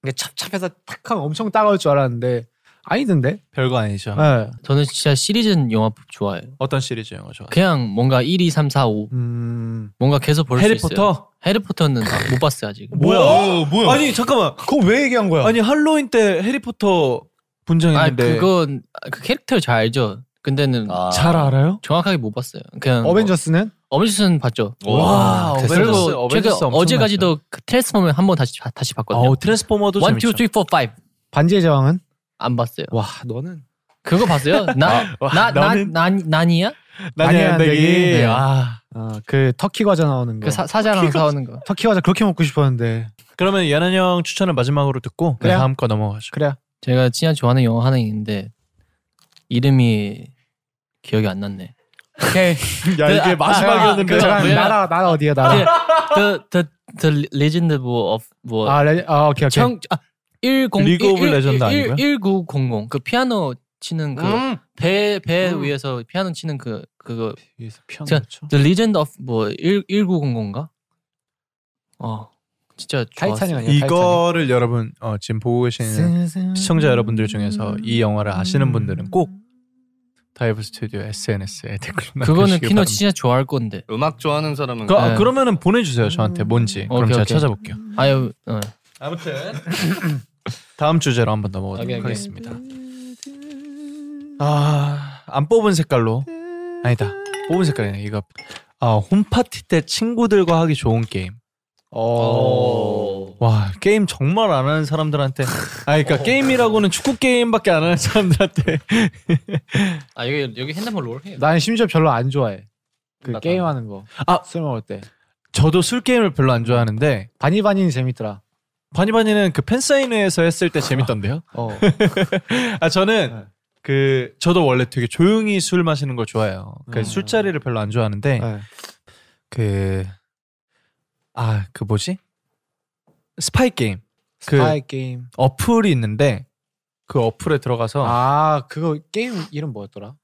이게 찹찹해서 탁 하면 엄청 따가울 줄 알았는데 아니던데.
별거 아니죠.
네.
저는 진짜 시리즈 영화 좋아해요.
어떤 시리즈 영화 좋아?
그냥 뭔가 1, 2, 3, 4, 5
음.
뭔가 계속 볼 수 있어요.
해리포터?
해리포터는 아, 못 봤어요 아직.
뭐야? 어. 아니 잠깐만.
그거 왜 얘기한 거야?
아니 할로윈 때 해리포터
아
분장했는데
그건 아, 그 캐릭터를 잘 알죠. 근데는
잘 알아요?
정확하게 못 봤어요. 그냥
어벤져스는?
어벤져스는 봤죠.
와, 어벤져스,
그리고
어벤져스
최근
엄청
어제까지도 그 트랜스포머 한번 다시 다- 다시 봤거든요.
어, 트랜스포머도
1, 2,
재밌죠.
3, 4, 5.
반지의 제왕은?
안 봤어요.
와 너는
그거 봤어요?
아, 와, 너는?
나나나나니야?
난이야, 내기.
네.
아.
아, 그 터키 과자 나오는 거.
그 사, 사자랑
터키
싸우는 거.
과자- 터키 과자 그렇게 먹고 싶었는데.
그러면 예난 형 추천을 마지막으로 듣고
그래요?
다음 거 넘어가죠.
그래.
제가 진짜 좋아하는 영화 하나 있는데 이름이 기억이 안 났네. 오케이.
야
그, 아, 아, 아,
잠깐,
그,
나라 나라 어디야
그,
나라.
the the the legend of 뭐
아, 레, 아 오케이 오케이.
청, 아, 10
리그 오브 레전드 아니고요?
1900. 그 피아노 치는 그
음.
배 배 위에서 피아노 치는 그 그거
위에서
제가 The Legend of 뭐 1, 1900인가? 어. 진짜
타이타닉
좋았어요.
아니야?
이거를 여러분 어, 지금 보고 계시는
음.
시청자 여러분들 중에서 이 영화를 아시는 분들은 꼭 다이브 스튜디오 SNS에 댓글
그거는
남겨주시기
피노
바랍니다.
진짜 좋아할 건데.
음악 좋아하는 사람은
그,
네. 음.
러면은 보내주세요 저한테 뭔지 그럼
오케이,
제가
오케이.
찾아볼게요.
아유. 어.
아무튼 다음 주제로 한번 넘어가도록
오케이, 오케이.
하겠습니다. 아안 뽑은 색깔로 아니다 뽑은 색깔이네 이거 아 홈파티 때 친구들과 하기 좋은 게임. 어. 와 게임 정말 안 하는 사람들한테 아 그러니까 게임이라고는 축구 게임밖에 안 하는 사람들한테
아 여기 여기 핸드폰 롤 해요.
나는 심지어 별로 안 좋아해. 그
나도.
게임하는 거.
아.
술 먹을 때.
저도 술 게임을 별로 안 좋아하는데
바니바니는 재밌더라.
바니바니는 그 팬사인회에서 했을 때 재밌던데요.
어.
아
네.
저는 그 저도 원래 되게 조용히 술 마시는 걸 좋아해요. 그
음.
술자리를 별로 안 좋아하는데
네.
그 아 그 뭐지 스파이 게임 그
스파이 게임.
어플이 있는데 그 어플에 들어가서
아 그거 게임 이름 뭐였더라?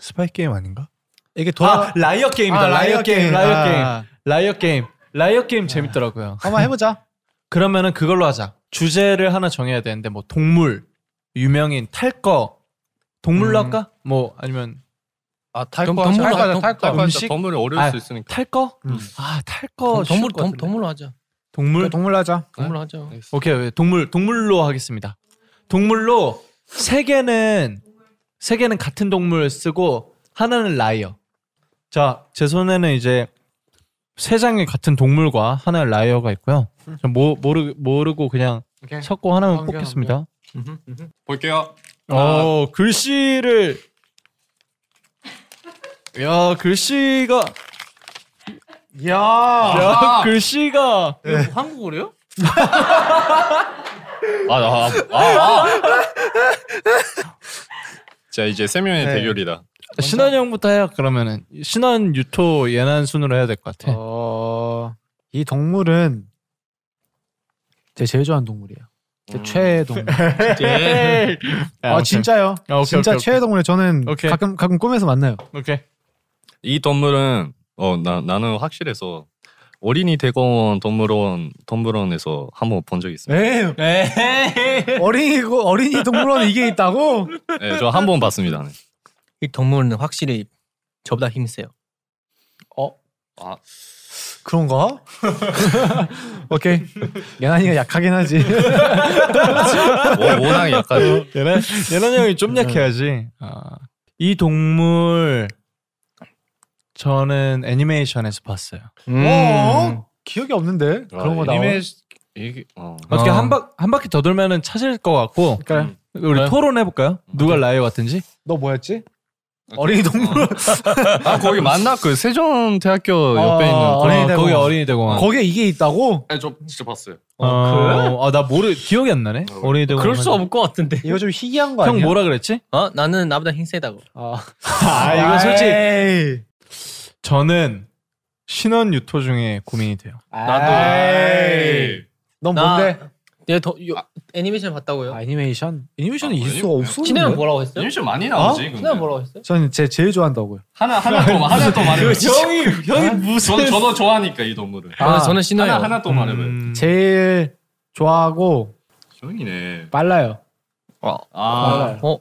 스파이 게임 아닌가?
이게 돌아.
아 라이어 게임이다.
아,
라이어,
라이어
게임.
게임.
라이어
아. 네.
게임. 라이어 게임. 라이어 게임 재밌더라고요.
한번 해보자.
그러면은 그걸로 하자. 주제를 하나 정해야 되는데 뭐 동물, 유명인, 탈 거, 동물로
음.
할까? 뭐 아니면
아
덤-
탈거 하자
덤블러
탈거
할-
탈거
덤-
탈거
음식?
하자 덤블이 어려울
아,
수 있으니까
탈 거?
음.
아 탈 거
덤- 덤물
쉬울 것
덤,
같은데.
덤물로 하자.
동물
동물 하자.
덤물로 하자.
오케이 오케이. 동물 동물로 하겠습니다. 동물로 세 개는 세 개는 같은 동물 쓰고 하나는 라이어. 자, 제 손에는 이제 세 장의 같은 동물과 하나의 라이어가 있고요. 저 모, 모르 모르고 그냥
오케이.
섞고 하나만
넘겨,
뽑겠습니다.
볼게요
어, 글씨를 야, 글씨가
야.
야, 글씨가
한국어래요?
아아아 아, 아. 자 이제 세 명의
네.
대결이다
신한형부터 해요. 그러면은 신한 유토 예난 순으로 해야 될 것 같아.
어. 이 동물은 제 제일 좋아하는 동물이에요. 제 최애 동물.
네.
제일. 아,
아,
음. 오케이.
진짜요?
아, 오케이,
진짜
오케이, 오케이.
최애 동물이 저는 가끔 가끔 꿈에서 만나요.
오케이.
이 동물은 어 나 나는 확실해서 어린이 대공원 동물원 동물원에서 한 번 본 적이 있습니다.
에이.
네.
어린이 고- 어린이 동물원 이게 있다고?
네, 저 한 번 봤습니다. 네.
이 동물은 확실히 저보다 힘이 세요.
그런가? 오케이. 연한이가 약하긴 하지.
워낙 약하죠.
예난 예난 형이 좀 약해야지. 아, 이 동물 저는 애니메이션에서 봤어요.
음.
어? 기억이 없는데 그런
아,
거 나와.
이게 어.
어떻게 한, 바, 한 바퀴 더 돌면은 찾을 것 같고
그러니까요.
음.
우리
그래요?
토론해 볼까요? 누가 라이어 같은지?
너 뭐였지? 어린이 동물원.
아 거기 만나 그 세종대학교 옆에 있는
어, 어린이
어,
대공원.
거기 어린이 대공원.
거기에 이게 있다고?
아니, 네, 저 진짜 봤어요.
어, 아, 나 모르 기억이 안 나네. 어린이 대공원.
그럴 수 없을 것 같은데.
이거 좀 희귀한 거
형
아니야?
뭐라 그랬지?
어? 나는 나보다 힘 세다고.
아,
아, 이거 솔직히
솔직히.
저는 신원 유토 중에 고민이 돼요.
에이. 넌
나-
뭔데?
내가 더, 요, 애니메이션
아,
봤다고요?
애니메이션. 애니메이션이 있을
아니,
수가 없어.
신혜는 뭐라고 했어요?
애니메이션 많이
나오지,
근데.
신혜는 뭐라고 했어요?
저는 제 제일 좋아한다고요.
하나 하나 더 하나 더
그
말해봐.
형이 형이 무슨
저도 저도 좋아하니까 이 동물을.
아,
저는 신혜요.
하나
음.
하나 더 말해봐. 요
제일 좋아하고
형이네.
빨라요.
아
빨라요.
어?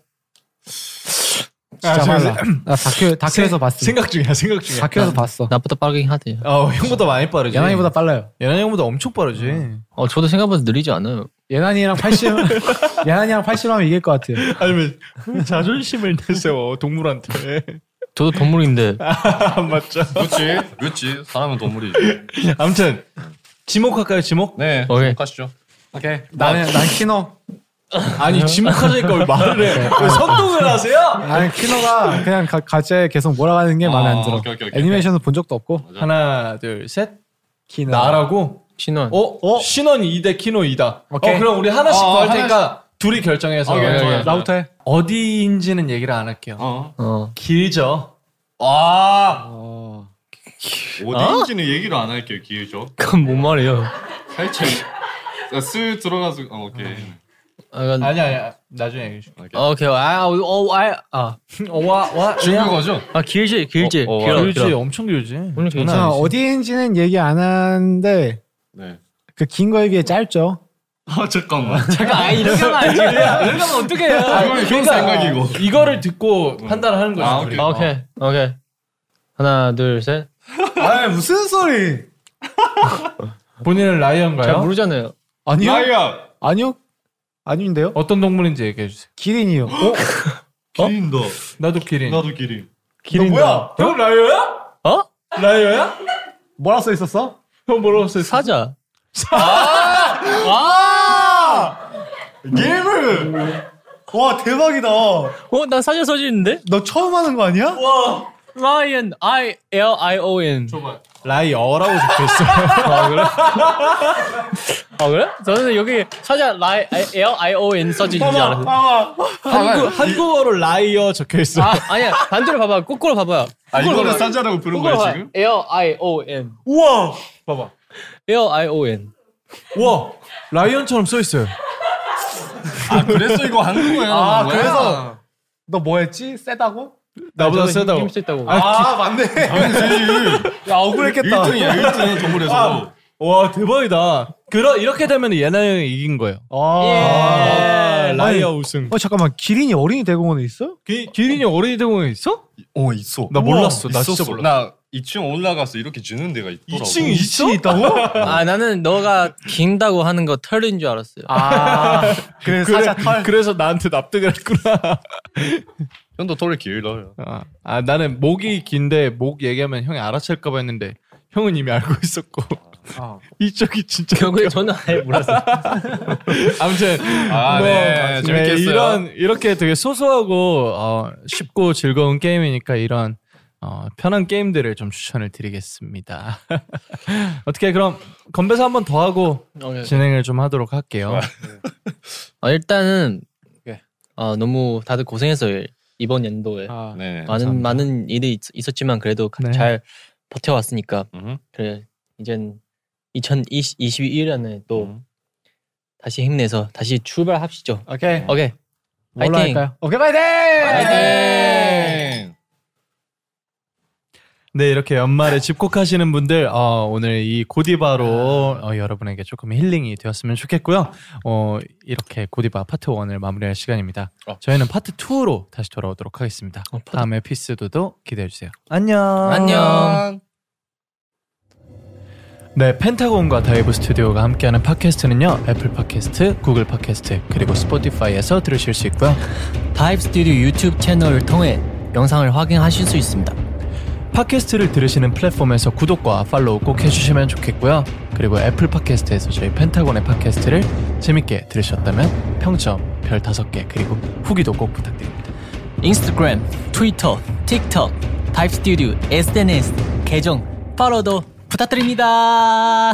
진짜 빨라. 나 다큐 다큐에서 봤어.
아,
예,
생각 중이야, 생각 중이야.
다큐에서 봤어.
나보다 빠르긴 하대요.
어, 형보다 많이 빠르지.
예난이보다 음. 빨라요.
예난 형보다 엄청 빠르지.
어, 저도 생각보다 느리지 않아요.
예난이랑 80 예난이랑 80하면 이길 것 같아요.
아니면 자존심을 내세워 동물한테.
저도 동물인데.
아, 맞죠.
그렇지 그렇지 사람은 동물이.
아무튼 지목할까요, 지목?
네.
오케이.
가시죠.
오케이. 나는 난 키노. 음.
아니 지목하자니까 왜 말을 해? 왜 선동을 하세요?
아니 키노가 그냥 가, 가제 계속 몰아가는 게 마음에 안
아,
들어.
오케이, 오케이, 오케이.
애니메이션도 본 적도 없고.
하나, 둘, 셋.
키노.
나라고.
신원.
어, 신원 2대 키노 2다.
오케이.
어, 그럼 우리 하나씩
어,
더할
하나씩.
테니까 둘이 결정해서 예,
오케이, 오케이, 오케이.
나부터 해.
어디인지는 얘기를 안 할게요.
어.
어.
길죠.
아
어.
어디인지는 얘기를 안 할게요 기회죠.
그건 뭔 말이에요?
살짝 쓸 들어가서 어, 오케이.
아, 이건-
아니 아니 나중에 얘기해 줄게.
오케이. 아, 어, 어, 아, 아.
와, 와.
중국어죠?
아, 길지, 길지.
어, 음, 어,
길어,
길지,
길어.
엄청 길지. 장난
오늘
자,
괜찮아.
아니지.
어디인지는 얘기 안 하는데
네.
그 긴 거에 비해 짧죠.
아 잠깐만. 잠깐.
아, 이런 거 아니지. 이런 거 어떻게 해요?
이건 형 생각이고.
이거를 듣고 판단을 하는 거죠.
아,
우리.
오케이.
네, 오케이, 오케이. 하나, 둘, 셋.
아 무슨 소리?
어. 본인은
잘
라이언가요?
모르잖아요.
아니요.
라이언.
아니요. 아닌데요?
어떤 동물인지 얘기해 주세요.
기린이요. 어?
기린다.
나도 기린.
나도 기린.
기린 뭐야?
형 라이어야?
어?
라이어야?
뭐라 써 있었어?
형 뭐라고 했어요?
사자.
예물. 와 대박이다.
어, 나 사자 소질 있는데?
너 처음 하는 거 아니야?
라이언, I L I O N.
라이어라고 적혀 있어.
아 그래? 저는 여기 사자 라이 I, L I O N 써진 줄 알았어.
한국 한국어로 라이어 적혀 있어.
아 아니야 반대로 봐봐. 거꾸로 봐봐요.
아 이거를 사자라고 부른
거꾸로
거야
봐.
지금?
L I O N.
우와. 봐봐.
L I O N.
우와. 뭐? 라이언처럼 써 있어요.
아 그래서 이거 한국어야.
아 그래서 너 뭐했지? 세다고?
아,
나보다
저도
세다고.
힘 세다고.
아 맞네. 야 억울했겠다.
1등이야 1등 동물에서.
와 대박이다. 그러 이렇게 되면 예나 형이 이긴 거예요.
아.
예.
아, 라이어
아니,
우승.
어 잠깐만 기린이 어린이 대공원에 있어?
기, 기린이 어린이 대공원에 있어?
어 있어.
나 몰랐어. 나 진짜
있었어.
몰랐어.
나 2층 올라가서 이렇게 주는 데가 있더라고.
2층 있어?
있다고?
아 나는 너가 긴다고 하는 거 털인 줄 알았어요.
아 그래 사자 털.
그래서 나한테 납득을 했구나.
형도 털이 길어요.
아, 아, 나는 목이 긴데 목 얘기하면 형이 알아챌까봐 했는데 형은 이미 알고 있었고
아.
이쪽이 진짜
결국에 저는 아예 몰랐어요.
아무튼 뭐,
아, 네. 재밌겠어요.
이런 이렇게 되게 소소하고 어, 쉽고 즐거운 게임이니까 이런 어, 편한 게임들을 좀 추천을 드리겠습니다. 어떻게 그럼 건배사 한 번 더 하고
네.
오케이.
진행을 좀 하도록 할게요.
아, 일단은
오케이.
아 너무 다들 고생했어요 이번 연도에
아.
네.
많은 많은 일이 있, 있었지만 그래도 가-
네.
잘 버텨왔으니까
음.
그래 이젠 2021년에 또
음.
다시 힘내서 다시 출발합시죠.
오케이.
오케이.
뭘로
파이팅.
할까요? 오케이 파이팅!
파이팅! 네, 이렇게 연말에 집콕하시는 분들 어, 오늘 이 고디바로 어, 여러분에게 조금 힐링이 되었으면 좋겠고요. 어, 이렇게 고디바 파트 1을 마무리할 시간입니다. 저희는 파트 2로 다시 돌아오도록 하겠습니다. 다음에 피스도도 기대해 주세요. 어, 안녕.
안녕.
네, 펜타곤과 다이브 스튜디오가 함께하는 팟캐스트는요. 애플 팟캐스트, 구글 팟캐스트, 그리고 스포티파이에서 들으실 수 있고요.
다이브 스튜디오 유튜브 채널을 통해 영상을 확인하실 수 있습니다.
팟캐스트를 들으시는 플랫폼에서 구독과 팔로우 꼭 해주시면 좋겠고요. 그리고 애플 팟캐스트에서 저희 펜타곤의 팟캐스트를 재밌게 들으셨다면 평점 별 5개 그리고 후기도 꼭 부탁드립니다.
인스타그램, 트위터, 틱톡, 다이브 스튜디오 SNS 계정 팔로우도 부탁드립니다.